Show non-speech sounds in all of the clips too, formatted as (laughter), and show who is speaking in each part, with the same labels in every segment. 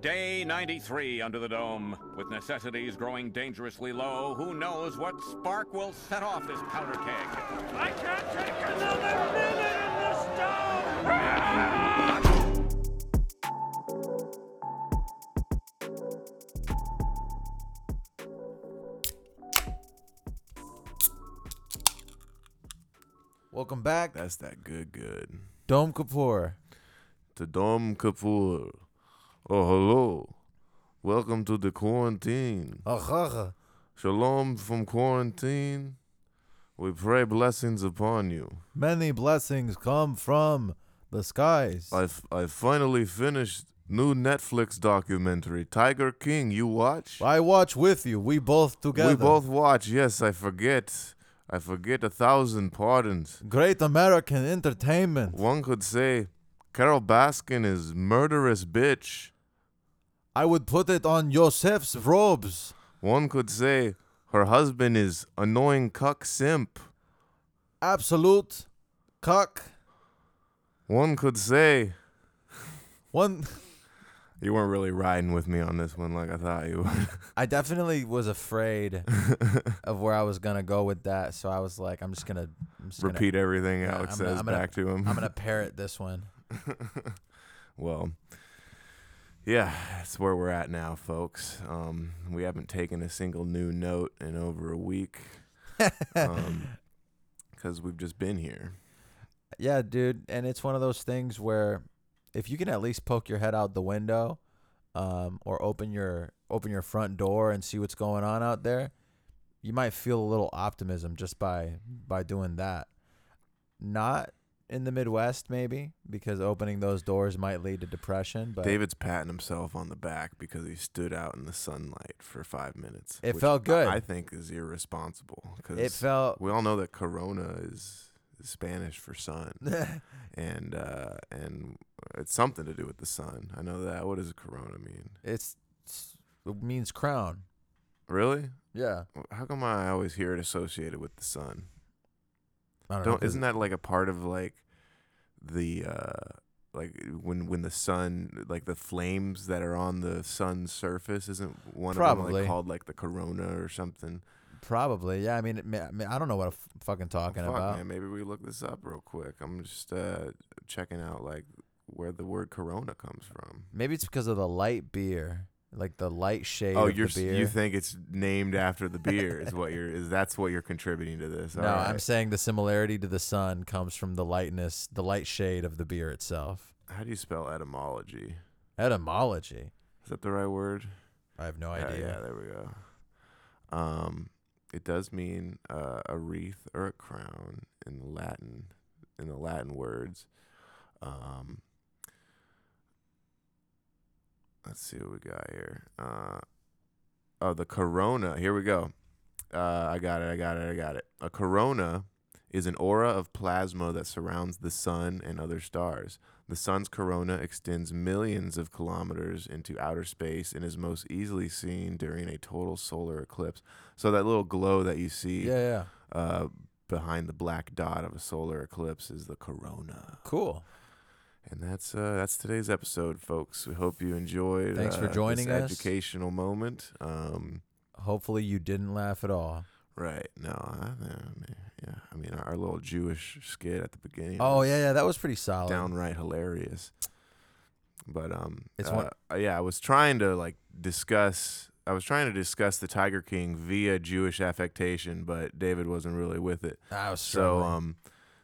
Speaker 1: Day 93 under the dome. With necessities growing dangerously low, who knows what spark will set off this powder keg?
Speaker 2: I can't take another minute in this town!
Speaker 3: Welcome back,
Speaker 4: That's that good, good.
Speaker 3: Dome Kapoor.
Speaker 4: To Dom Kapoor. Oh, hello. Welcome to the quarantine. Shalom from quarantine. We pray blessings upon you.
Speaker 3: Many blessings come from the skies.
Speaker 4: I, f- I finally finished new Netflix documentary, Tiger King. You watch?
Speaker 3: I watch with you. We both together.
Speaker 4: We both watch. Yes, I forget. I forget a thousand pardons.
Speaker 3: Great American entertainment.
Speaker 4: One could say Carol Baskin is murderous bitch.
Speaker 3: I would put it on Yosef's robes.
Speaker 4: One could say her husband is annoying cuck simp.
Speaker 3: Absolute cock.
Speaker 4: One could say
Speaker 3: One.
Speaker 4: you weren't really riding with me on this one like I thought you were.
Speaker 5: I definitely was afraid
Speaker 4: (laughs)
Speaker 5: of where I was gonna go with that, so I was like, I'm just gonna I'm just
Speaker 4: (laughs) Repeat
Speaker 5: Gonna,
Speaker 4: everything
Speaker 5: Yeah,
Speaker 4: Alex
Speaker 5: I'm
Speaker 4: says
Speaker 5: gonna- I'm gonna-
Speaker 4: back to him.
Speaker 5: I'm gonna parrot this one.
Speaker 4: (laughs) well, yeah, that's where we're at now, folks. Um, we haven't taken a single new note in over
Speaker 5: (laughs)
Speaker 4: a week because we've just been here.
Speaker 5: Yeah, dude, and it's one of those things where if you can at least poke your head out the window, um, or open your open your front door and see what's going on out there, you might feel a little optimism just by by doing that. Not in the Midwest, maybe, because opening those doors might lead to depression. But
Speaker 4: David's patting himself on the back because he stood out in the sunlight for five minutes.
Speaker 5: It
Speaker 4: which
Speaker 5: felt
Speaker 4: I-
Speaker 5: good.
Speaker 4: I, think is irresponsible because
Speaker 5: it felt
Speaker 4: we all know that Corona is, is Spanish for sun, and uh, and it's something to do with the sun. I know that. What does Corona mean?
Speaker 5: (laughs) it's, it's it means crown.
Speaker 4: Really?
Speaker 5: Yeah.
Speaker 4: How come I always hear it associated with the sun?
Speaker 5: I don't, know,
Speaker 4: Don't
Speaker 5: 'cause
Speaker 4: isn't that like a part of like the uh, like when when the sun like the flames that are on the sun's surface isn't one of them
Speaker 5: Probably.
Speaker 4: like called like the corona or something?
Speaker 5: probably. Yeah, I mean, it, ma- I mean, I don't know what I'm f- fucking talking
Speaker 4: Fuck,
Speaker 5: about.
Speaker 4: man, maybe we look this up real quick. I'm just uh, checking out like where the word corona comes from.
Speaker 5: Maybe it's because of the light beer, like the light shade
Speaker 4: Oh,
Speaker 5: of
Speaker 4: you're
Speaker 5: the
Speaker 4: s-
Speaker 5: beer.
Speaker 4: you think it's named after the beer is what you're is that's what you're contributing to this?
Speaker 5: no,
Speaker 4: All
Speaker 5: I'm
Speaker 4: right.
Speaker 5: saying the similarity to the sun comes from the lightness, the light shade of the beer itself.
Speaker 4: How do you spell etymology?
Speaker 5: Etymology.
Speaker 4: Is that the right word?
Speaker 5: I have no
Speaker 4: Yeah,
Speaker 5: idea.
Speaker 4: Yeah, there we go. Um, it does mean uh, a wreath or a crown in the Latin, in the Latin words. Um, let's see what we got here. Uh, oh, the corona. Here we go. Uh, I got it. I got it. I got it. A corona is an aura of plasma that surrounds the sun and other stars. The sun's corona extends millions of kilometers into outer space and is most easily seen during a total solar eclipse. So that little glow that you see
Speaker 5: yeah, yeah.
Speaker 4: uh, behind the black dot of a solar eclipse is the corona.
Speaker 5: Cool.
Speaker 4: And that's uh, that's today's episode, folks. We hope you enjoyed.
Speaker 5: Thanks for
Speaker 4: uh, this
Speaker 5: joining us.
Speaker 4: Educational moment. Um,
Speaker 5: Hopefully you didn't laugh at all.
Speaker 4: right? No, I, I mean, yeah. I mean, our little Jewish skit at the beginning.
Speaker 5: Oh
Speaker 4: was
Speaker 5: yeah, Oh, yeah, that was pretty solid.
Speaker 4: downright hilarious. But um,
Speaker 5: It's
Speaker 4: uh, yeah. I was trying to like discuss. I was trying to discuss the Tiger King via Jewish affectation, but David wasn't really with it.
Speaker 5: I was
Speaker 4: So
Speaker 5: struggling.
Speaker 4: um,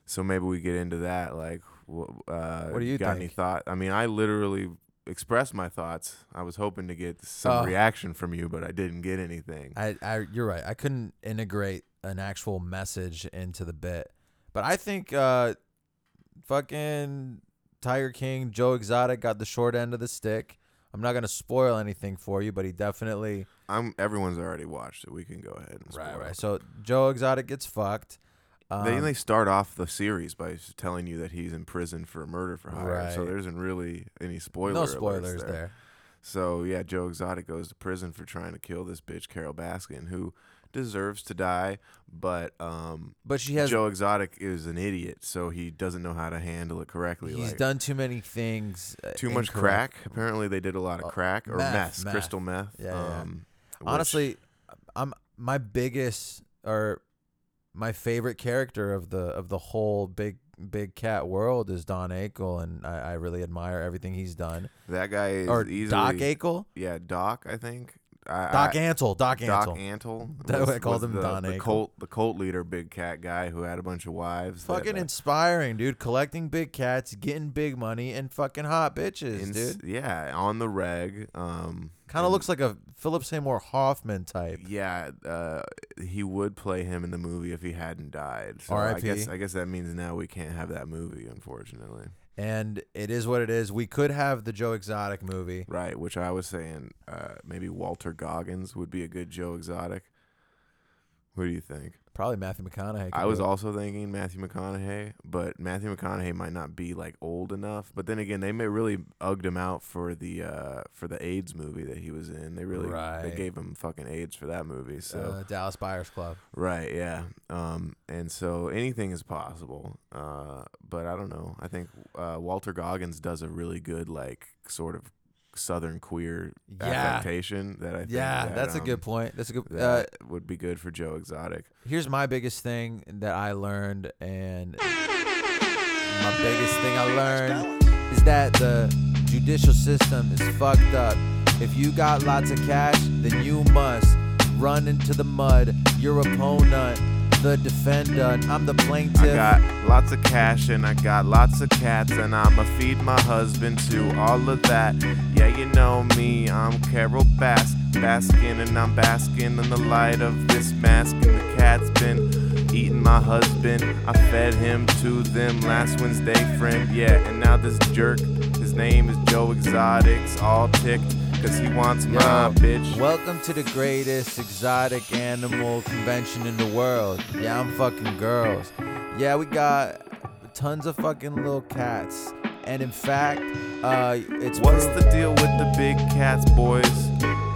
Speaker 4: so maybe we get into that. Like, wh- uh,
Speaker 5: What do you
Speaker 4: got any
Speaker 5: think?
Speaker 4: thought? I mean, I literally expressed my thoughts. I was hoping to get
Speaker 5: Oh.
Speaker 4: some reaction from you, but I didn't get anything.
Speaker 5: I, I you're right. I couldn't integrate an actual message into the bit. But I think uh fucking Tiger King, Joe Exotic got the short end of the stick. I'm not gonna spoil anything for you, but he definitely
Speaker 4: I, am Everyone's already watched it. We can go ahead. And spoil.
Speaker 5: So Joe Exotic gets fucked. Um,
Speaker 4: they they start off the series by s- telling you that he's in prison for murder for hire. So
Speaker 5: Right.
Speaker 4: there isn't really any spoiler.
Speaker 5: no
Speaker 4: alerts
Speaker 5: spoilers there.
Speaker 4: So yeah, Joe Exotic goes to prison for trying to kill this bitch Carol Baskin, who deserves to die, but um,
Speaker 5: But she has.
Speaker 4: Joe Exotic is an idiot, so he doesn't know how to handle it correctly.
Speaker 5: he's
Speaker 4: like,
Speaker 5: done too many things. uh,
Speaker 4: too much
Speaker 5: incorrect.
Speaker 4: crack. Apparently, they did a lot
Speaker 5: Uh,
Speaker 4: of crack or
Speaker 5: meth,
Speaker 4: meth,
Speaker 5: meth.
Speaker 4: crystal meth.
Speaker 5: Yeah, yeah, yeah.
Speaker 4: um, which-
Speaker 5: Honestly, I'm my biggest or my favorite character of the of the whole big big cat world is Don Akel, and I, I really admire everything he's done.
Speaker 4: that guy is
Speaker 5: or
Speaker 4: easily
Speaker 5: Doc Akel,
Speaker 4: yeah, Doc. I think I,
Speaker 5: Doc
Speaker 4: I,
Speaker 5: Antle, Doc
Speaker 4: Doc
Speaker 5: Antle. (laughs)
Speaker 4: Antle.
Speaker 5: That's why I called him
Speaker 4: the,
Speaker 5: Don
Speaker 4: the
Speaker 5: Akel.
Speaker 4: cult, the cult leader, big cat guy who had a bunch of wives. that,
Speaker 5: Fucking
Speaker 4: uh,
Speaker 5: inspiring, dude. Collecting big cats, getting big money, and fucking hot bitches,
Speaker 4: ins-
Speaker 5: dude.
Speaker 4: Yeah, on the reg. Um,
Speaker 5: Kind of
Speaker 4: and-
Speaker 5: looks like a Philip Seymour Hoffman type.
Speaker 4: Yeah, uh, he would play him in the movie if he hadn't died. So I
Speaker 5: R.I.P..
Speaker 4: guess I guess that means now we can't have that movie, unfortunately.
Speaker 5: And it is what it is. We could have the Joe Exotic movie.
Speaker 4: Right, which I was saying, uh, maybe Walter Goggins would be a good Joe Exotic. What do you think?
Speaker 5: Probably Matthew McConaughey. could
Speaker 4: I was
Speaker 5: do it.
Speaker 4: also thinking Matthew McConaughey, but Matthew McConaughey might not be like old enough. But then again, they may really ugged him out for the uh, for the AIDS movie that he was in. They really
Speaker 5: Right.
Speaker 4: they gave him fucking AIDS for that movie. So
Speaker 5: uh, Dallas Buyers Club.
Speaker 4: Right, yeah. Um, and so anything is possible. Uh, but I don't know. I think uh, Walter Goggins does a really good, like, sort of southern queer
Speaker 5: Yeah.
Speaker 4: affectation that I think.
Speaker 5: Yeah,
Speaker 4: that,
Speaker 5: that's a
Speaker 4: um,
Speaker 5: good point. That's a good. Uh,
Speaker 4: That would be good for Joe Exotic.
Speaker 5: here's my biggest thing that I learned, and my biggest thing I learned is that the judicial system is fucked up. If you got lots of cash, then you must run into the mud. Your opponent, the defendant. I'm the plaintiff.
Speaker 4: I got lots of cash and I got lots of cats and I'ma feed my husband to all of that. Yeah, you know me, I'm Carol Bass, basking and I'm basking in the light of this mask and the cat's been eating my husband. I fed him to them last Wednesday, friend. Yeah, and now this jerk, his name is Joe Exotics, all ticked. Cause he wants
Speaker 5: Yo,
Speaker 4: my bitch.
Speaker 5: Welcome to the greatest exotic animal convention in the world. Yeah, I'm fucking girls. Yeah, we got tons of fucking little cats. And in fact, uh, it's
Speaker 4: What's
Speaker 5: pro-
Speaker 4: the deal with the big cats, boys?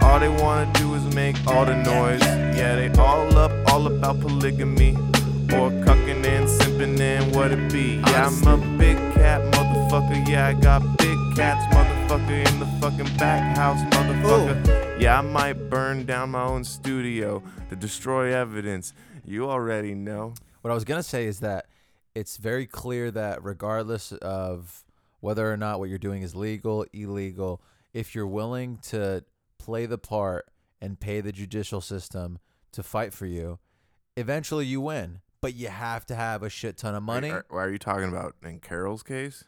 Speaker 4: All they wanna do is make all the noise. Yeah, they all up, all about polygamy. Or cucking and simping and what it be. Yeah, I'm a big cat, motherfucker. Yeah, I got big cats, motherfucker, in the fucking back house, motherfucker. Yeah, I might burn down my own studio to destroy evidence. You already know.
Speaker 5: what I was gonna say is that it's very clear that regardless of whether or not what you're doing is legal, illegal, if you're willing to play the part and pay the judicial system to fight for you, eventually you win. But you have to have a shit ton of money,
Speaker 4: Are, are you talking about in Carol's case?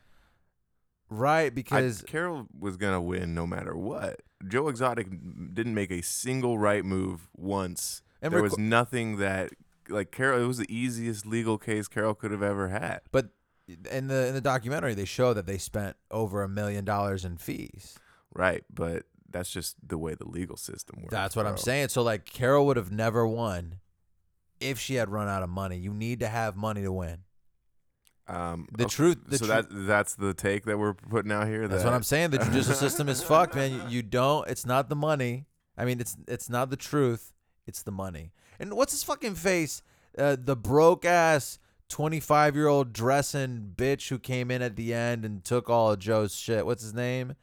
Speaker 5: right?
Speaker 4: I-
Speaker 5: Because
Speaker 4: Carol was gonna win no matter what. Joe Exotic m- didn't make a single right move once.
Speaker 5: And
Speaker 4: there
Speaker 5: reco-
Speaker 4: was nothing that like Carol. It was the easiest legal case Carol could have ever had.
Speaker 5: but in the in the documentary they show that they spent over a million dollars in fees.
Speaker 4: Right, but that's just the way the legal system works.
Speaker 5: That's what I'm
Speaker 4: bro.
Speaker 5: saying. So like Carol would have never won if she had run out of money. You need to have money to win.
Speaker 4: Um,
Speaker 5: The truth- the
Speaker 4: so
Speaker 5: tru-
Speaker 4: that that's the take that we're putting out here.
Speaker 5: That's
Speaker 4: that-
Speaker 5: what I'm saying. The judicial system is fucked, man. You, you don't. It's not the money. I mean, it's it's not the truth. It's the money. And what's his fucking face? Uh, the broke ass twenty five year old dressing bitch who came in at the end and took all of Joe's shit. What's his name?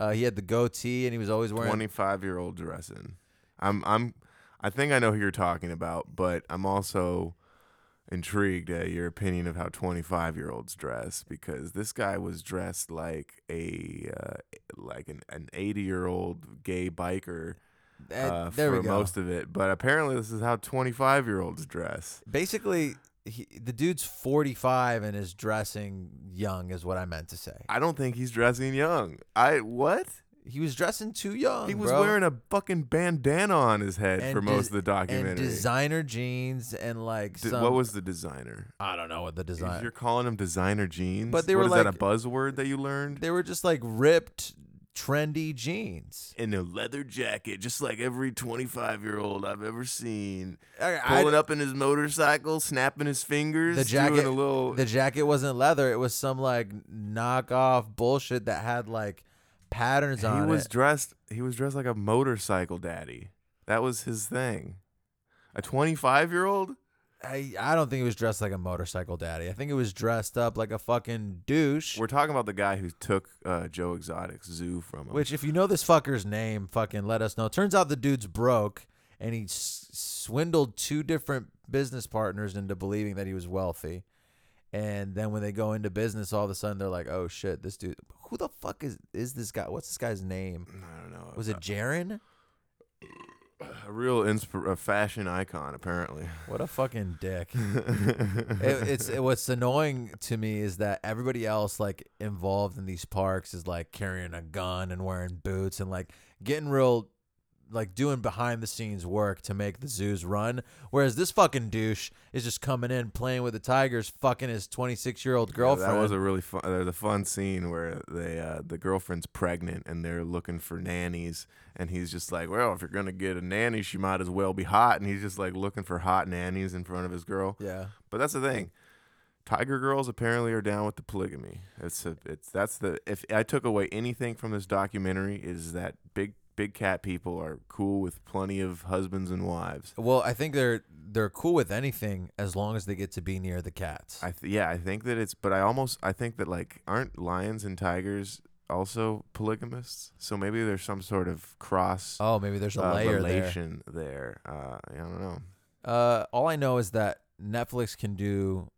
Speaker 5: Uh, he had the goatee and he was always wearing.
Speaker 4: 25 year old dressing. I'm I'm I think I know who you're talking about, but I'm also intrigued at your opinion of how 25 year olds dress because this guy was dressed like a uh, like an, an 80 year old gay biker
Speaker 5: Uh,
Speaker 4: uh,
Speaker 5: there
Speaker 4: for
Speaker 5: we go.
Speaker 4: most of it, but apparently this is how 25 year olds dress.
Speaker 5: Basically, he, the dude's forty five and is dressing young is what I meant to say.
Speaker 4: I don't think he's dressing young. I what?
Speaker 5: He was dressing too young.
Speaker 4: He was
Speaker 5: bro.
Speaker 4: wearing a fucking bandana on his head
Speaker 5: And
Speaker 4: for
Speaker 5: des-
Speaker 4: most of the documentary.
Speaker 5: and designer jeans and like
Speaker 4: Di-
Speaker 5: some,
Speaker 4: what was the designer?
Speaker 5: I don't know what the
Speaker 4: If
Speaker 5: design.
Speaker 4: You're calling them designer jeans,
Speaker 5: But they were
Speaker 4: What is that
Speaker 5: like-
Speaker 4: a buzzword that you learned?
Speaker 5: They were just like ripped, trendy jeans.
Speaker 4: In a leather jacket, just like every 25 year old I've ever seen,
Speaker 5: I- I-
Speaker 4: pulling up in his motorcycle, snapping his fingers,
Speaker 5: The jacket,
Speaker 4: doing a little.
Speaker 5: the jacket wasn't leather. It was some like knockoff bullshit that had like patterns
Speaker 4: he
Speaker 5: on
Speaker 4: was
Speaker 5: it.
Speaker 4: dressed. He was dressed like a motorcycle daddy. That was his thing. A 25 year old?
Speaker 5: I, I don't think he was dressed like a motorcycle daddy. I think he was dressed up like a fucking douche.
Speaker 4: We're talking about the guy who took uh, Joe Exotic's zoo from him.
Speaker 5: Which, if you know this fucker's name, fucking let us know. Turns out the dude's broke and he s- swindled two different business partners into believing that he was wealthy. And then when they go into business, all of a sudden they're like, oh shit, this dude, who the fuck is, is this guy? What's this guy's name?
Speaker 4: I don't know.
Speaker 5: Was it Jaron?
Speaker 4: a real insp- a fashion icon apparently?
Speaker 5: What a fucking
Speaker 4: (laughs)
Speaker 5: dick. it, it's it, what's annoying to me is that everybody else like involved in these parks is like carrying a gun and wearing boots and like getting real like doing behind the scenes work to make the zoos run whereas this fucking douche is just coming in playing with the tigers fucking his 26 year old
Speaker 4: Yeah,
Speaker 5: girlfriend
Speaker 4: that was a really fun. There's a fun scene where they uh, the girlfriend's pregnant and they're looking for nannies, and he's just like, "Well, if you're gonna get a nanny, she might as well be hot." And he's just like looking for hot nannies in front of his girl.
Speaker 5: yeah
Speaker 4: But that's the thing. Tiger girls apparently are down with the polygamy. It's a, it's that's the if I took away anything from this documentary is that big big cat people are cool with plenty of husbands and wives.
Speaker 5: well i think they're they're cool with anything as long as they get to be near the cats
Speaker 4: I th- yeah, I think that it's but I almost I think that like aren't lions and tigers also polygamists? So maybe there's some sort of cross
Speaker 5: oh maybe there's a
Speaker 4: uh,
Speaker 5: layer there
Speaker 4: relation there. Uh, I don't know.
Speaker 5: Uh, all I know is that Netflix can do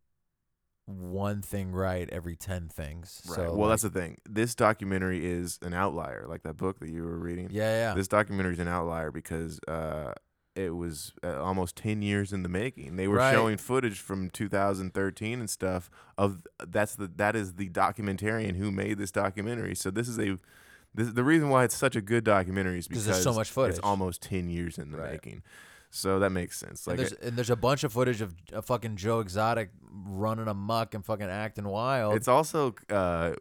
Speaker 5: one thing right every ten things.
Speaker 4: Right.
Speaker 5: So
Speaker 4: well,
Speaker 5: Oh, like-
Speaker 4: that's the thing. This documentary is an outlier, like that book that you were reading.
Speaker 5: yeah, yeah.
Speaker 4: This documentary is an outlier because uh, it was uh, almost 10 years in the making. They were
Speaker 5: Right.
Speaker 4: showing footage from 2013 and stuff of that's the that is the documentarian who made this documentary. So this is a this, the reason why it's such a good documentary is
Speaker 5: 'Cause
Speaker 4: because
Speaker 5: there's so much footage.
Speaker 4: It's almost 10 years in the
Speaker 5: Right.
Speaker 4: making. So that makes sense.
Speaker 5: and,
Speaker 4: Like
Speaker 5: there's, and there's a bunch of footage of a fucking Joe Exotic running amok and fucking acting wild.
Speaker 4: It's also uh,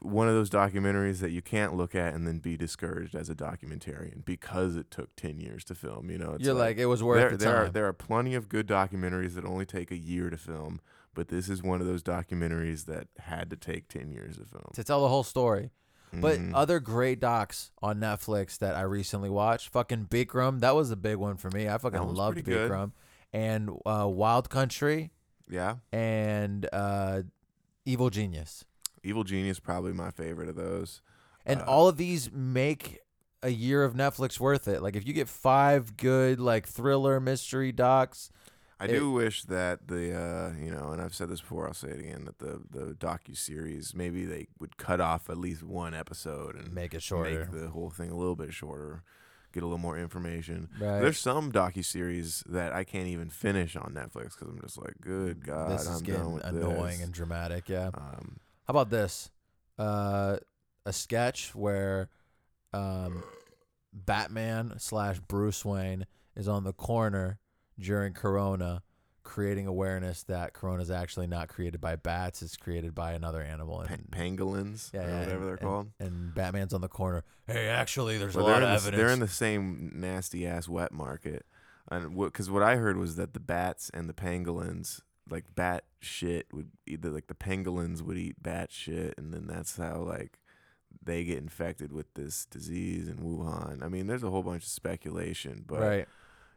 Speaker 4: one of those documentaries that you can't look at and then be discouraged as a documentarian because it took ten years to film. You know, it's
Speaker 5: You're like, "It was worth
Speaker 4: there,
Speaker 5: the
Speaker 4: there Are,
Speaker 5: time."
Speaker 4: there are plenty of good documentaries that only take a year to film, but this is one of those documentaries that had to take ten years to film.
Speaker 5: to tell the whole story. But
Speaker 4: Mhm.
Speaker 5: other great docs on Netflix that I recently watched, fucking Bikram, that was a big one for me. I fucking
Speaker 4: one's
Speaker 5: loved
Speaker 4: pretty good.
Speaker 5: Bikram, and uh, Wild Country
Speaker 4: yeah,
Speaker 5: and uh, Evil Genius.
Speaker 4: Evil Genius probably my favorite of those.
Speaker 5: And
Speaker 4: Uh,
Speaker 5: all of these make a year of Netflix worth it. Like if you get five good like thriller mystery docs,
Speaker 4: I
Speaker 5: It-
Speaker 4: do wish that the uh, you know, and I've said this before, I'll say it again, that the the docu series maybe they would cut off at least one episode and
Speaker 5: make it shorter.
Speaker 4: make the whole thing a little bit shorter, get a little more information.
Speaker 5: Right.
Speaker 4: There's some docu series that I can't even finish on Netflix because I'm just like, good god,
Speaker 5: uh, Mm, this is
Speaker 4: I'm done
Speaker 5: getting
Speaker 4: with
Speaker 5: annoying
Speaker 4: this.
Speaker 5: and dramatic. Yeah.
Speaker 4: um,
Speaker 5: How about this? Uh, a sketch where um, Batman slash Bruce Wayne is on the corner during Corona, creating awareness that Corona is actually not created by bats; it's created by another animal.
Speaker 4: pa-
Speaker 5: And,
Speaker 4: pangolins,
Speaker 5: yeah,
Speaker 4: or
Speaker 5: yeah,
Speaker 4: whatever
Speaker 5: and-
Speaker 4: they're
Speaker 5: and-
Speaker 4: called.
Speaker 5: And Batman's on the corner. Hey, actually, there's
Speaker 4: Well,
Speaker 5: a lot of
Speaker 4: they're, in the,
Speaker 5: evidence.
Speaker 4: they're in the same nasty ass wet market, and because what I heard was that the bats and the pangolins, like bat shit, would either like the pangolins would eat bat shit, and then that's how like they get infected with this disease in Wuhan. I mean, there's a whole bunch of speculation, but
Speaker 5: right.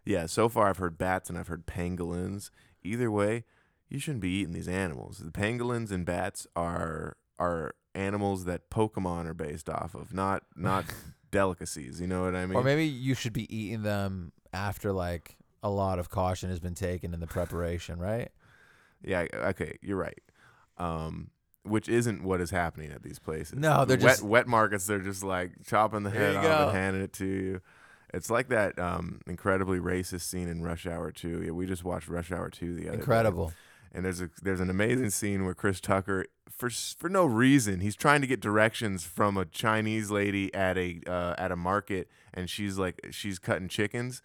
Speaker 4: yeah, so far I've heard bats and I've heard pangolins. Either way, you shouldn't be eating these animals. The pangolins and bats are are animals that Pokemon are based off of, not
Speaker 5: (laughs)
Speaker 4: not delicacies. You know what I mean?
Speaker 5: or maybe you should be eating them after like a lot of caution has been taken in the preparation, right?
Speaker 4: yeah. Okay, you're right. Um, which isn't what is happening at these places.
Speaker 5: No,
Speaker 4: The
Speaker 5: they're
Speaker 4: wet,
Speaker 5: just-
Speaker 4: wet markets. They're just like chopping the
Speaker 5: Here
Speaker 4: head
Speaker 5: you
Speaker 4: off
Speaker 5: go.
Speaker 4: and handing it to you. It's like that um, incredibly racist scene in Rush Hour Two. Yeah, we just watched Rush Hour Two the other day.
Speaker 5: Incredible.
Speaker 4: and there's a there's an amazing scene where Chris Tucker for s- for no reason he's trying to get directions from a Chinese lady at a uh, at a market and she's like she's cutting chickens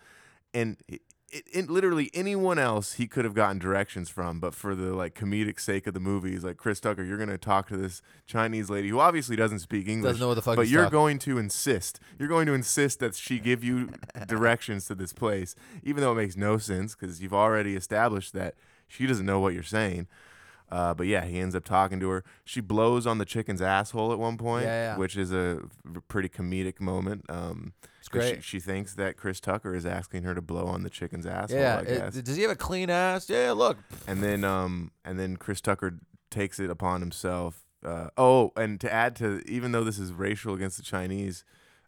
Speaker 4: and it, it, it- literally anyone else he could have gotten directions from but for the like comedic sake of the movie he's like Chris Tucker you're going to talk to this Chinese lady who obviously doesn't speak English
Speaker 5: know what the fuck
Speaker 4: but
Speaker 5: he's
Speaker 4: you're
Speaker 5: talking-
Speaker 4: going to insist you're going to insist that she give you directions to this place even though it makes no sense cuz you've already established that she doesn't know what you're saying Uh, but yeah, he ends up talking to her. She blows on the chicken's asshole at one point,
Speaker 5: Yeah, yeah.
Speaker 4: which is a v- pretty comedic moment. Um,
Speaker 5: It's
Speaker 4: 'cause
Speaker 5: great.
Speaker 4: She, she thinks that Chris Tucker is asking her to blow on the chicken's asshole.
Speaker 5: yeah.
Speaker 4: I
Speaker 5: it-
Speaker 4: guess.
Speaker 5: does he have a clean ass? Yeah. Look.
Speaker 4: And then um and then Chris Tucker takes it upon himself. Uh, oh, and to add to even though this is racial against the Chinese,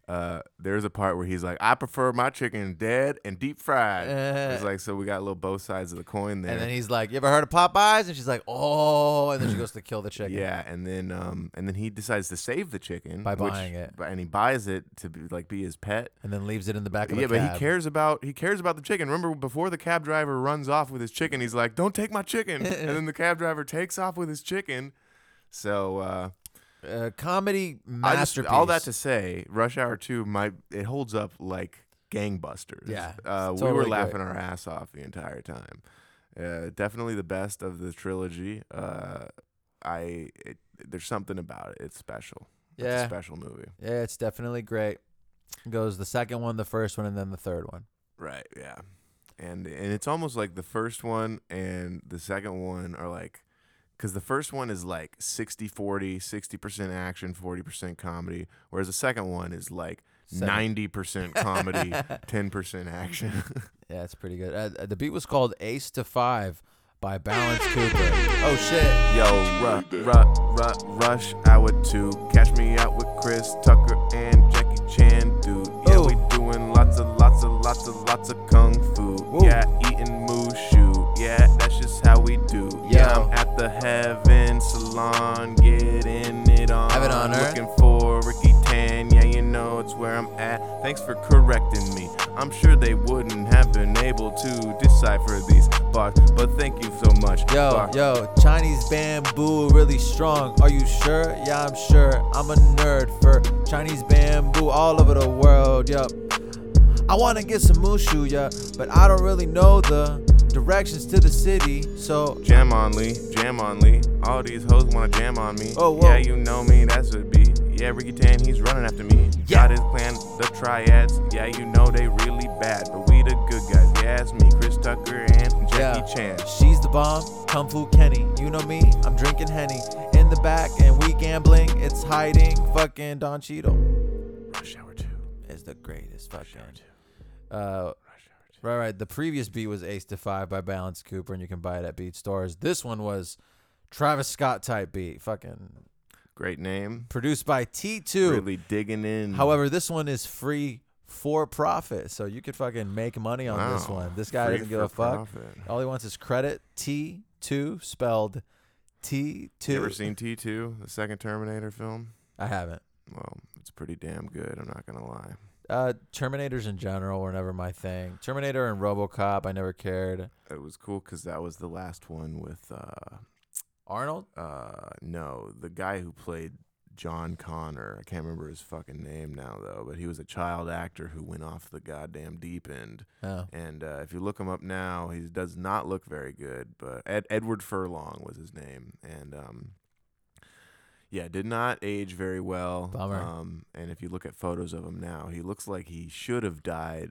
Speaker 4: uh, there's a part where he's like, "I prefer my chicken dead and deep fried."
Speaker 5: Yeah. (laughs)
Speaker 4: It's like so we got a little both sides of the coin there.
Speaker 5: And then he's like, "You ever heard of Popeyes?" And she's like, "Oh." And then she goes to kill the chicken.
Speaker 4: yeah, and then um and then he decides to save the chicken
Speaker 5: By
Speaker 4: which-
Speaker 5: buying it.
Speaker 4: and he buys it to be, like be his pet.
Speaker 5: And then leaves it in the back of
Speaker 4: Yeah,
Speaker 5: the
Speaker 4: but he
Speaker 5: cab.
Speaker 4: cares about he cares about the chicken. Remember before the cab driver runs off with his chicken, he's like, "Don't take my
Speaker 5: (laughs)
Speaker 4: chicken," and then the cab driver takes off with his chicken. So uh,
Speaker 5: Uh, comedy
Speaker 4: I just-
Speaker 5: masterpiece.
Speaker 4: all that to say, Rush Hour Two might it holds up like gangbusters.
Speaker 5: Yeah, it's
Speaker 4: uh, we
Speaker 5: totally
Speaker 4: were
Speaker 5: great.
Speaker 4: laughing our ass off the entire time. Uh, definitely the best of the trilogy. Uh, I it, there's something about it. It's special. it's a
Speaker 5: Yeah.
Speaker 4: special movie.
Speaker 5: Yeah, it's definitely great. Goes the second one, the first one, and then the third one.
Speaker 4: Right. Yeah. And and it's almost like the first one and the second one are like cuz the first one is like 60/40, 60% action, 40% comedy, whereas the second one is like
Speaker 5: Seven.
Speaker 4: 90% comedy, 10% action.
Speaker 5: Yeah, it's pretty good. Uh, the beat was called Ace to Five by Balance Cooper. Oh shit!
Speaker 4: Yo, ru- ru- ru- rush hour 2. Catch me out with Chris Tucker and Jackie Chan, dude. Yeah,
Speaker 5: Ooh.
Speaker 4: we doing lots of lots of lots of lots of kung fu. Yeah, eating mushu. Yeah, that's just how we do. Yeah,
Speaker 5: Yo.
Speaker 4: I'm at the Heaven Salon, getting it on.
Speaker 5: Have it on her.
Speaker 4: Looking for Ricky Tan. Yeah, you know it's where I'm at. Thanks for correcting me. I'm sure they wouldn't have been able to decipher these bars, but thank you so much.
Speaker 5: Yo,
Speaker 4: Bar-
Speaker 5: yo, Chinese bamboo really strong. Are you sure? Yeah, I'm sure. I'm a nerd for Chinese bamboo all over the world. Yup. I wanna get some mushu, yeah, but I don't really know the directions to the city. So
Speaker 4: Jam on Lee, jam on Lee. All these hoes wanna jam on me.
Speaker 5: Oh, whoa.
Speaker 4: Yeah, you know me, that's what it be. Yeah, Ricky Tan, he's running after me.
Speaker 5: Yeah.
Speaker 4: Got his plan, the triads. Yeah, you know they really bad, but we the good guys. Yeah, it's me, Chris Tucker, and Jackie Chan.
Speaker 5: She's the bomb, Kung Fu Kenny. You know me, I'm drinking Henny. In the back, and we gambling, it's hiding. Fucking Don Cheadle
Speaker 4: Rush hour two.
Speaker 5: is the greatest fucking.
Speaker 4: hour two.
Speaker 5: Uh,
Speaker 4: Rush hour two.
Speaker 5: right, right. The previous beat was Ace to Five by Balance Cooper, and you can buy it at Beat Stores. This one was Travis Scott type beat, fucking
Speaker 4: Great name.
Speaker 5: produced by T2.
Speaker 4: Really digging in.
Speaker 5: However, this one is free for profit, so you could fucking make money on this
Speaker 4: Wow.
Speaker 5: one. This guy
Speaker 4: Free
Speaker 5: doesn't give
Speaker 4: for
Speaker 5: a fuck.
Speaker 4: profit.
Speaker 5: All he wants is credit. T two spelled T two.
Speaker 4: you ever seen T2, the second Terminator film?
Speaker 5: I haven't.
Speaker 4: Well, it's pretty damn good. I'm not gonna lie.
Speaker 5: Uh, Terminators in general were never my thing. Terminator and RoboCop, I never cared.
Speaker 4: It was cool because that was the last one with uh,
Speaker 5: Arnold.
Speaker 4: uh no the guy who played john connor i can't remember his fucking name now though but he was a child actor who went off the goddamn deep end
Speaker 5: Oh,
Speaker 4: and uh, if you look him up now he does not look very good but Ed- edward furlong was his name and um yeah did not age very well
Speaker 5: Bummer.
Speaker 4: um and if you look at photos of him now he looks like he should have died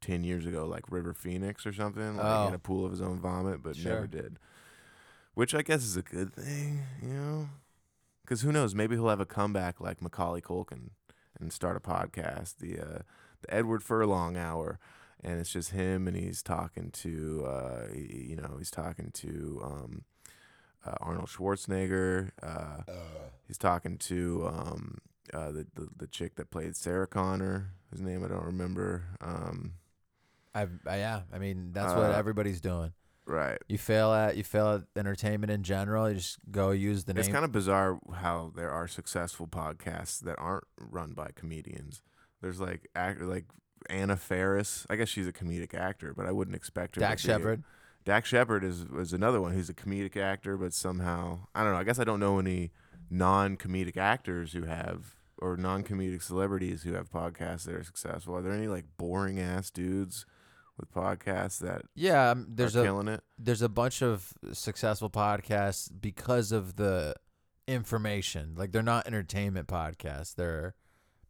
Speaker 4: 10 years ago like river phoenix or something like
Speaker 5: Oh.
Speaker 4: in a pool of his own vomit but never
Speaker 5: Sure.
Speaker 4: did which I guess is a good thing, you know? Because who knows? Maybe he'll have a comeback like Macaulay Culkin and start a podcast, the uh, the Edward Furlong Hour, and it's just him and he's talking to, uh, y- you know, he's talking to um, uh, Arnold Schwarzenegger. Uh, He's talking to um, uh, the, the the chick that played Sarah Connor, whose name I don't remember. Um,
Speaker 5: I, I uh, yeah. I mean, that's what
Speaker 4: Uh,
Speaker 5: everybody's doing.
Speaker 4: right.
Speaker 5: You fail at you fail at entertainment in general. You just go use the
Speaker 4: It's
Speaker 5: name.
Speaker 4: kind of bizarre how there are successful podcasts that aren't run by comedians. There's like act like Anna Faris. I guess she's a comedic actor, but I wouldn't expect her.
Speaker 5: Dak
Speaker 4: to be a-
Speaker 5: Shepard.
Speaker 4: Dak Shepard is is another one who's a comedic actor, but somehow I don't know. I guess I don't know any non-comedic actors who have or non-comedic celebrities who have podcasts that are successful. Are there any like boring ass dudes with podcasts that
Speaker 5: Yeah, um, there's
Speaker 4: are
Speaker 5: a
Speaker 4: killing it?
Speaker 5: there's a bunch of successful podcasts because of the information. Like they're not entertainment podcasts. They're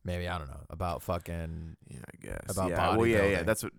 Speaker 5: maybe I don't know about fucking
Speaker 4: Yeah, I guess.
Speaker 5: about
Speaker 4: yeah, well, yeah, yeah.
Speaker 5: bodybuilding.
Speaker 4: That's what.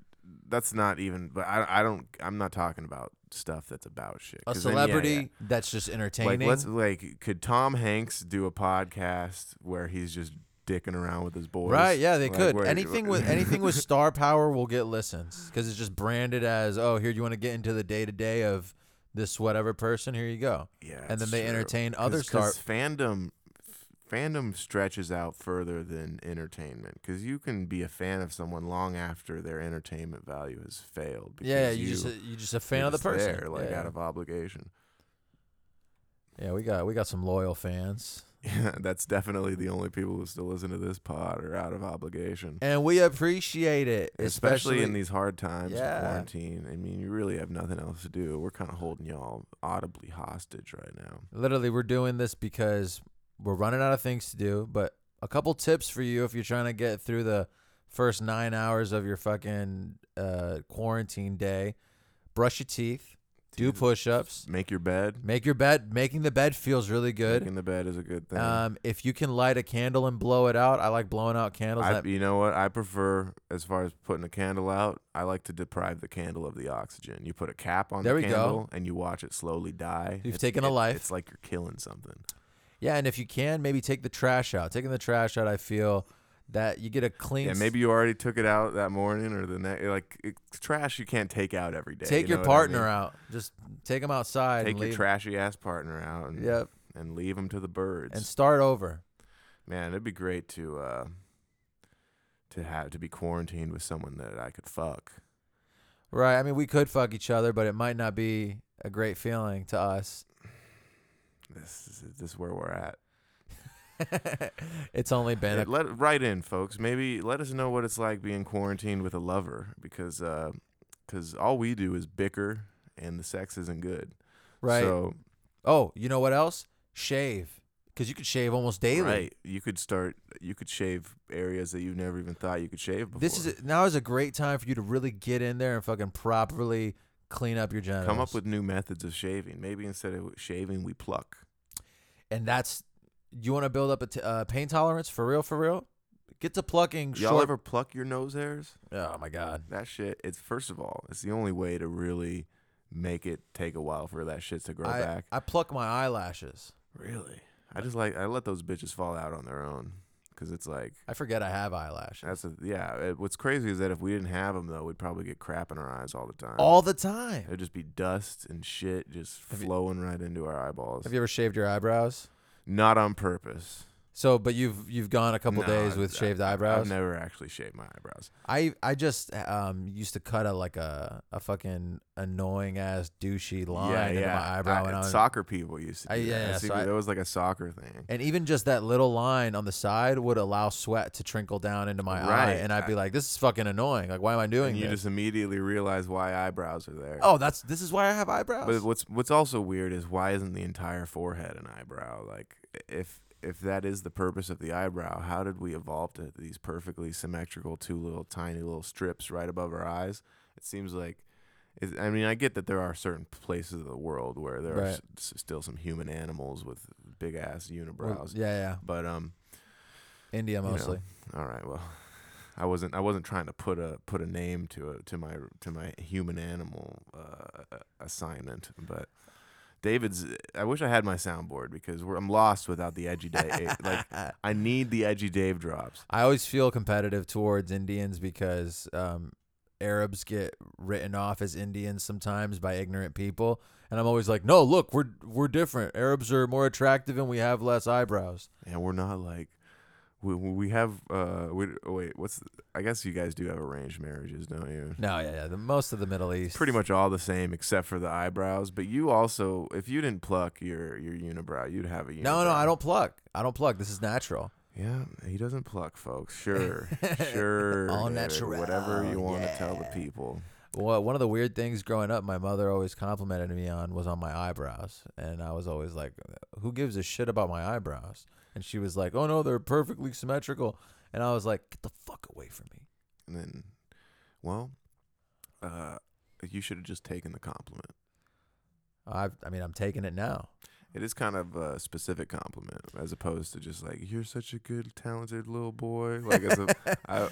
Speaker 4: That's not even. But I, I don't. I'm not talking about stuff that's about shit.
Speaker 5: A
Speaker 4: 'Cause then, yeah, yeah.
Speaker 5: celebrity that's just entertaining.
Speaker 4: Like let's like could Tom Hanks do a podcast where he's just dicking around with his boys?
Speaker 5: Right, yeah, they
Speaker 4: Like,
Speaker 5: could.
Speaker 4: where-
Speaker 5: Anything
Speaker 4: (laughs)
Speaker 5: with anything with star power will get listens because it's just branded as, oh, here you want to get into the day to day of this whatever person. Here you go.
Speaker 4: Yeah,
Speaker 5: and then
Speaker 4: it's
Speaker 5: they
Speaker 4: true.
Speaker 5: entertain
Speaker 4: 'Cause-
Speaker 5: other star.
Speaker 4: 'cause fandom f- fandom stretches out further than entertainment because you can be a fan of someone long after their entertainment value has failed.
Speaker 5: Yeah, yeah,
Speaker 4: because
Speaker 5: you, just you just a
Speaker 4: you're
Speaker 5: fan of the
Speaker 4: just
Speaker 5: person.
Speaker 4: there, like
Speaker 5: yeah.
Speaker 4: out of obligation.
Speaker 5: yeah, we got we got some loyal fans,
Speaker 4: Yeah, that's definitely the only people who still listen to this pod are out of obligation.
Speaker 5: and we appreciate it,
Speaker 4: especially, in these hard times
Speaker 5: Yeah.
Speaker 4: of quarantine. I mean, you really have nothing else to do. We're kind of holding y'all audibly hostage right now.
Speaker 5: Literally, we're doing this because we're running out of things to do. But a couple tips for you if you're trying to get through the first nine hours of your fucking uh, quarantine day: brush your teeth, do
Speaker 4: Dude,
Speaker 5: push-ups,
Speaker 4: Make your bed.
Speaker 5: make your bed. Making the bed feels really good.
Speaker 4: Making the bed is a good thing.
Speaker 5: Um, if you can light a candle and blow it out, I like blowing out candles.
Speaker 4: I,
Speaker 5: that,
Speaker 4: you know what? I prefer, as far as putting a candle out, I like to deprive the candle of the oxygen. You put a cap on
Speaker 5: There we
Speaker 4: the
Speaker 5: go.
Speaker 4: candle and you watch it slowly die.
Speaker 5: You've
Speaker 4: It's-
Speaker 5: taken a
Speaker 4: it-
Speaker 5: life.
Speaker 4: It's like you're killing something.
Speaker 5: yeah, and if you can, maybe take the trash out. Taking the trash out, I feel that you get a clean.
Speaker 4: Yeah,
Speaker 5: s-
Speaker 4: maybe you already took it out that morning or the next. Like, it's trash you can't take out every day.
Speaker 5: take
Speaker 4: you know
Speaker 5: your
Speaker 4: what I
Speaker 5: partner
Speaker 4: mean?
Speaker 5: out. Just take them outside.
Speaker 4: Take
Speaker 5: and
Speaker 4: your
Speaker 5: leave.
Speaker 4: trashy ass partner out and,
Speaker 5: Yep.
Speaker 4: and leave him to the birds.
Speaker 5: and start over.
Speaker 4: Man, it'd be great to uh to have to be quarantined with someone that I could fuck.
Speaker 5: Right. I mean, we could fuck each other, but it might not be a great feeling to us. (laughs)
Speaker 4: This is this is where we're at.
Speaker 5: it's
Speaker 4: (laughs)
Speaker 5: only been
Speaker 4: And
Speaker 5: a,
Speaker 4: let write in, folks. Maybe let us know what it's like being quarantined with a lover, because uh, cause all we do is bicker, and the sex isn't good.
Speaker 5: right.
Speaker 4: So
Speaker 5: oh, you know what else? Shave, because you could shave almost daily.
Speaker 4: right, you could start. You could shave areas that you never even thought you could shave before.
Speaker 5: This is now is a great time for you to really get in there and fucking properly clean up your genitals.
Speaker 4: come up with new methods of shaving. Maybe instead of shaving, we pluck.
Speaker 5: and that's you want to build up a t- uh, pain tolerance for real, for real. Get to plucking
Speaker 4: Y'all
Speaker 5: short.
Speaker 4: ever pluck your nose hairs?
Speaker 5: oh my god.
Speaker 4: That shit, it's first of all, it's the only way to really make it take a while for that shit to grow
Speaker 5: I,
Speaker 4: back.
Speaker 5: I pluck my eyelashes.
Speaker 4: really? I just like, I let those bitches fall out on their own. Cause it's like,
Speaker 5: I forget I have eyelashes
Speaker 4: that's a, yeah. It, what's crazy is that if we didn't have them though, we'd probably get crap in our eyes all the time.
Speaker 5: all the time.
Speaker 4: It'd just be dust and shit just
Speaker 5: you-
Speaker 4: flowing right into our eyeballs.
Speaker 5: Have you ever shaved your eyebrows?
Speaker 4: Not on purpose.
Speaker 5: So, but you've you've gone a couple
Speaker 4: No,
Speaker 5: days
Speaker 4: I've-
Speaker 5: with shaved
Speaker 4: I've
Speaker 5: eyebrows.
Speaker 4: never actually shaved my eyebrows.
Speaker 5: I I just um used to cut a like a a fucking annoying ass douchey line into my eyebrow,
Speaker 4: I-
Speaker 5: and, I was-
Speaker 4: soccer people used to. Do
Speaker 5: I- yeah,
Speaker 4: that. I
Speaker 5: yeah,
Speaker 4: see-
Speaker 5: so I-
Speaker 4: that was like a soccer thing.
Speaker 5: and even just that little line on the side would allow sweat to trickle down into my eye,
Speaker 4: Right.
Speaker 5: and I'd be
Speaker 4: I-
Speaker 5: like, "This is fucking annoying. Like, why am I doing
Speaker 4: And you
Speaker 5: this?
Speaker 4: just immediately realize why eyebrows are there.
Speaker 5: oh, that's this is why I have eyebrows.
Speaker 4: But what's what's also weird is why isn't the entire forehead an eyebrow? Like if if that is the purpose of the eyebrow, how did we evolve to these perfectly symmetrical two little tiny little strips right above our eyes? It seems like it, I mean, I get that there are certain places of the world where there are
Speaker 5: Right.
Speaker 4: s- s- still some human animals with big ass
Speaker 5: Well,
Speaker 4: unibrows.
Speaker 5: yeah,
Speaker 4: But um
Speaker 5: yeah, India
Speaker 4: you know.
Speaker 5: mostly.
Speaker 4: all right, well, I wasn't I wasn't trying to put a put a name to a to my to my human animal uh, assignment, but David's. I wish I had my soundboard because we're, I'm lost without the edgy Dave.
Speaker 5: (laughs)
Speaker 4: like I need the edgy Dave drops.
Speaker 5: I always feel competitive towards Indians because um, Arabs get written off as Indians sometimes by ignorant people, and I'm always like, "No, look, we're we're different. Arabs are more attractive, and we have less eyebrows."
Speaker 4: and we're not like we we have uh we, wait what's the, I guess you guys do have arranged marriages, don't you?
Speaker 5: No, yeah, yeah. The, most of the Middle East,
Speaker 4: Pretty much all the same except for the eyebrows. But you also, if you didn't pluck your your unibrow, you'd have a unibrow.
Speaker 5: No, no, I don't pluck. I don't pluck. This is natural.
Speaker 4: Yeah, he doesn't pluck, folks.
Speaker 5: (laughs)
Speaker 4: Sure, sure.
Speaker 5: All
Speaker 4: David,
Speaker 5: natural,
Speaker 4: Whatever you want to tell the people.
Speaker 5: Well, one of the weird things growing up, my mother always complimented me on was on my eyebrows, and I was always like, "Who gives a shit about my eyebrows?" And she was like, "Oh no, they're perfectly symmetrical," and I was like, "Get the fuck away from me."
Speaker 4: And then, well, uh, you should have just taken the compliment.
Speaker 5: I've, I mean, I'm taking it now.
Speaker 4: It is kind of a specific compliment,
Speaker 5: (laughs)
Speaker 4: as opposed to just like "you're such a good, talented little boy." Like, as a, I,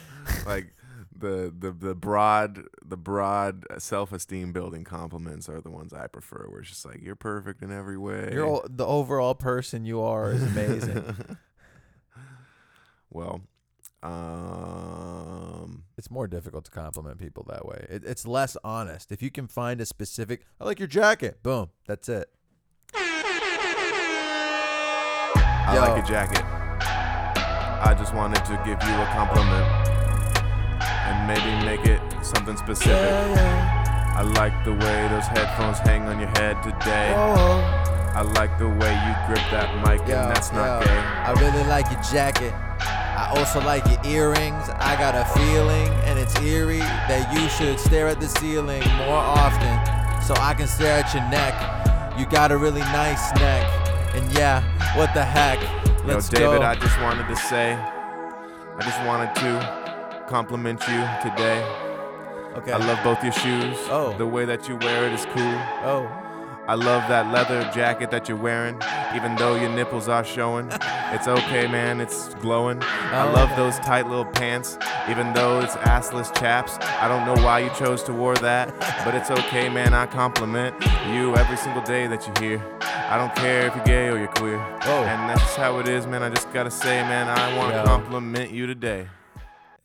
Speaker 4: like the the the broad the broad self esteem building compliments are the ones I prefer. Where it's just like you're perfect in every way.
Speaker 5: You're all, the overall person you are is
Speaker 4: (laughs)
Speaker 5: amazing.
Speaker 4: well, um,
Speaker 5: it's more difficult to compliment people that way. It, it's less honest. If you can find a specific, I like your jacket. Boom, that's it.
Speaker 4: I
Speaker 5: Yo.
Speaker 4: like your jacket. I just wanted to give you a compliment and maybe make it something specific. I like the way those headphones hang on your head today.
Speaker 5: Oh,
Speaker 4: I like the way you grip that mic,
Speaker 5: yo,
Speaker 4: and that's not
Speaker 5: yo.
Speaker 4: gay.
Speaker 5: I really like your jacket. I also like your earrings. I got a feeling, and it's eerie that you should stare at the ceiling more often, so I can stare at your neck. You got a really nice neck, and yeah, what the heck?
Speaker 4: Yo,
Speaker 5: Let's
Speaker 4: David,
Speaker 5: go.
Speaker 4: I just wanted to say, I just wanted to compliment you today.
Speaker 5: okay.
Speaker 4: I love both your shoes.
Speaker 5: Oh.
Speaker 4: The way that you wear it is cool.
Speaker 5: oh.
Speaker 4: I love that leather jacket that you're wearing, even though your nipples are showing. It's okay, man, it's glowing. I
Speaker 5: Oh.
Speaker 4: love those tight little pants, even though it's assless chaps. I don't know why you chose to wear that, but it's okay, man. I compliment you every single day that you're here. I don't care if you're gay or you're queer.
Speaker 5: Oh.
Speaker 4: And that's just how it is, man. I just gotta say, man, I wanna
Speaker 5: Yo.
Speaker 4: compliment you today.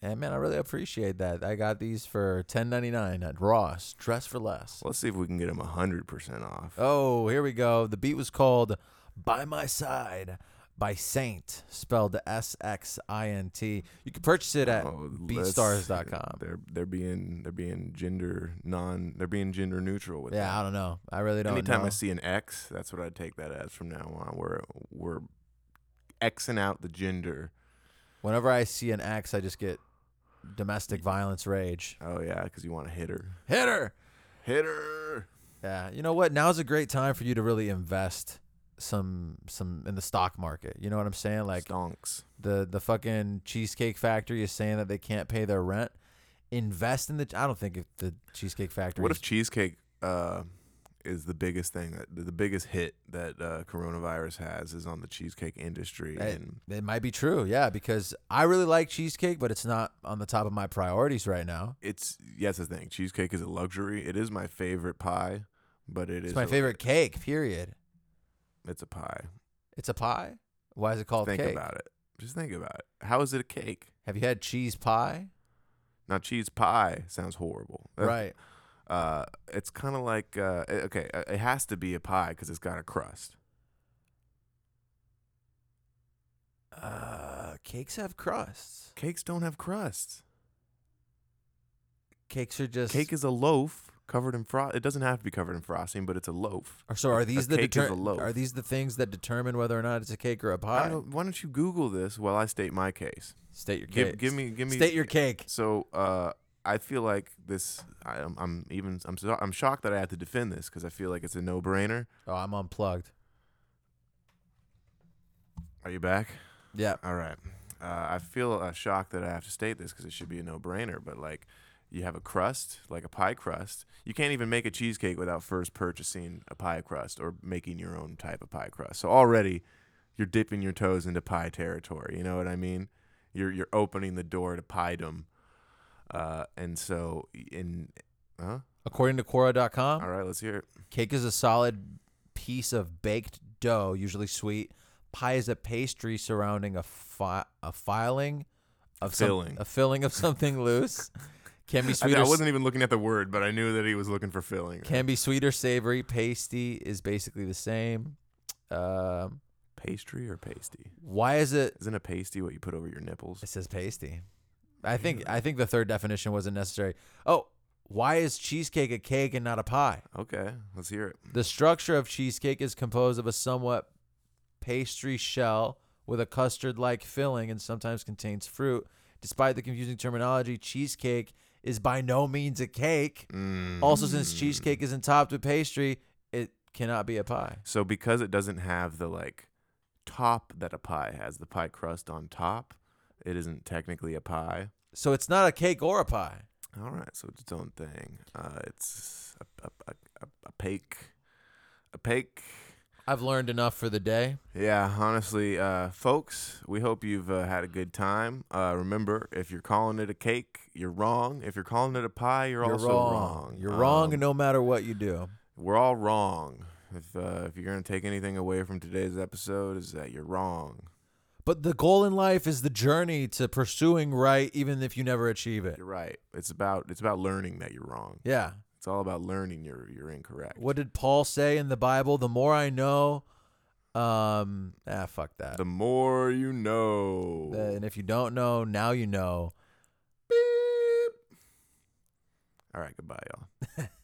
Speaker 5: And man, I really appreciate that. I got these for ten ninety nine at Ross, dress for less.
Speaker 4: Let's see if we can get him 100% off.
Speaker 5: Oh, here we go. The beat was called By My Side by Saint, spelled S X I N T. You can purchase it at
Speaker 4: Oh, let's-
Speaker 5: beatstars.com.
Speaker 4: They're they're being they're being gender non they're being gender neutral with
Speaker 5: Yeah, I don't know. I really
Speaker 4: that.
Speaker 5: don't
Speaker 4: Anytime
Speaker 5: know.
Speaker 4: I see an X, that's what I take that as from now on. We're we're Xing out the gender.
Speaker 5: Whenever I see an X, I just get domestic violence rage.
Speaker 4: Oh yeah, because you want to hit her.
Speaker 5: Hit her.
Speaker 4: Hit her.
Speaker 5: Yeah, you know what? Now's a great time for you to really invest some some in the stock market. You know what I'm saying? Like
Speaker 4: Stonks.
Speaker 5: the the fucking cheesecake factory is saying that they can't pay their rent invest in the i don't think if the cheesecake factory
Speaker 4: What if cheesecake uh, is the biggest thing that the biggest hit that uh, coronavirus has is on the cheesecake industry
Speaker 5: it,
Speaker 4: and
Speaker 5: it might be true yeah because i really like cheesecake but it's not on the top of my priorities right now
Speaker 4: it's yeah, that's the thing. Cheesecake is a luxury. It is my favorite pie, but it
Speaker 5: it's
Speaker 4: is
Speaker 5: my
Speaker 4: a-
Speaker 5: favorite cake period
Speaker 4: It's a pie.
Speaker 5: it's a pie why is it called
Speaker 4: think
Speaker 5: cake
Speaker 4: about it. Just think about it. How is it a cake?
Speaker 5: have you had cheese pie
Speaker 4: Now cheese pie sounds horrible. Uh,
Speaker 5: right
Speaker 4: Uh, it's kind of like uh, it- okay, uh, it has to be a pie because it's got a crust.
Speaker 5: uh cakes have crusts
Speaker 4: Cakes don't have crusts.
Speaker 5: cakes are just
Speaker 4: Cake is a loaf covered in frost. It doesn't have to be covered in frosting, but it's a loaf.
Speaker 5: or so are these the
Speaker 4: cake is
Speaker 5: deter-
Speaker 4: a loaf.
Speaker 5: are these the things that determine whether or not it's a cake or a
Speaker 4: I
Speaker 5: pie
Speaker 4: don't, why don't you Google this while I state my case?
Speaker 5: state your
Speaker 4: Give-
Speaker 5: cake
Speaker 4: give me- give me-
Speaker 5: state your cake
Speaker 4: So uh, I feel like this. I, I'm, I'm even. I'm. so- I'm shocked that I have to defend this because I feel like it's a no-brainer.
Speaker 5: Oh, I'm unplugged.
Speaker 4: Are you back?
Speaker 5: Yeah.
Speaker 4: All right. Uh, I feel uh, shocked that I have to state this because it should be a no-brainer, but like, you have a crust, like a pie crust. You can't even make a cheesecake without first purchasing a pie crust or making your own type of pie crust. So already, you're dipping your toes into pie territory. You know what I mean? You're you're opening the door to piedom. Uh, and so in, huh?
Speaker 5: According to Quora.com,
Speaker 4: All right, let's hear it.
Speaker 5: cake is a solid piece of baked dough, usually sweet. Pie is a pastry surrounding a fi- a filing of some-
Speaker 4: Filling.
Speaker 5: a filling of
Speaker 4: (laughs)
Speaker 5: something loose. Can be
Speaker 4: I,
Speaker 5: sweet.
Speaker 4: I
Speaker 5: or s-
Speaker 4: wasn't even looking at the word, but I knew that he was looking for filling.
Speaker 5: Can be sweet or savory. Pasty is basically the same. Um,
Speaker 4: pastry or pasty?
Speaker 5: why is it?
Speaker 4: Isn't a pasty what you put over your nipples?
Speaker 5: It says pasty. I think I think the third definition wasn't necessary. Oh, why is cheesecake a cake and not a pie?
Speaker 4: Okay, let's hear it.
Speaker 5: The structure of cheesecake is composed of a somewhat pastry shell with a custard like filling and sometimes contains fruit. Despite the confusing terminology, cheesecake is by no means a cake.
Speaker 4: Mm.
Speaker 5: Also, since cheesecake isn't topped with pastry, it cannot be a pie.
Speaker 4: So because it doesn't have the like top that a pie has, the pie crust on top, it isn't technically a pie.
Speaker 5: So it's not a cake or a pie.
Speaker 4: All right, so it's its own thing. Uh, it's a a a, a, a pake, a pake.
Speaker 5: I've learned enough for the day.
Speaker 4: Yeah, honestly, uh, folks, we hope you've uh, had a good time. Uh, remember, if you're calling it a cake, you're wrong. If you're calling it a pie, you're,
Speaker 5: You're
Speaker 4: also
Speaker 5: wrong.
Speaker 4: wrong.
Speaker 5: You're wrong,
Speaker 4: Um,
Speaker 5: no matter what you do.
Speaker 4: we're all wrong. If uh, if you're gonna take anything away from today's episode, is that you're wrong.
Speaker 5: But the goal in life is the journey to pursuing right, even if you never achieve it.
Speaker 4: You're right. It's about it's about learning that you're wrong.
Speaker 5: Yeah.
Speaker 4: It's all about learning you're you're incorrect.
Speaker 5: What did Paul say in the Bible? The more I know, um, ah, fuck that.
Speaker 4: The more you know.
Speaker 5: and if you don't know, now you know.
Speaker 4: all right, goodbye, y'all.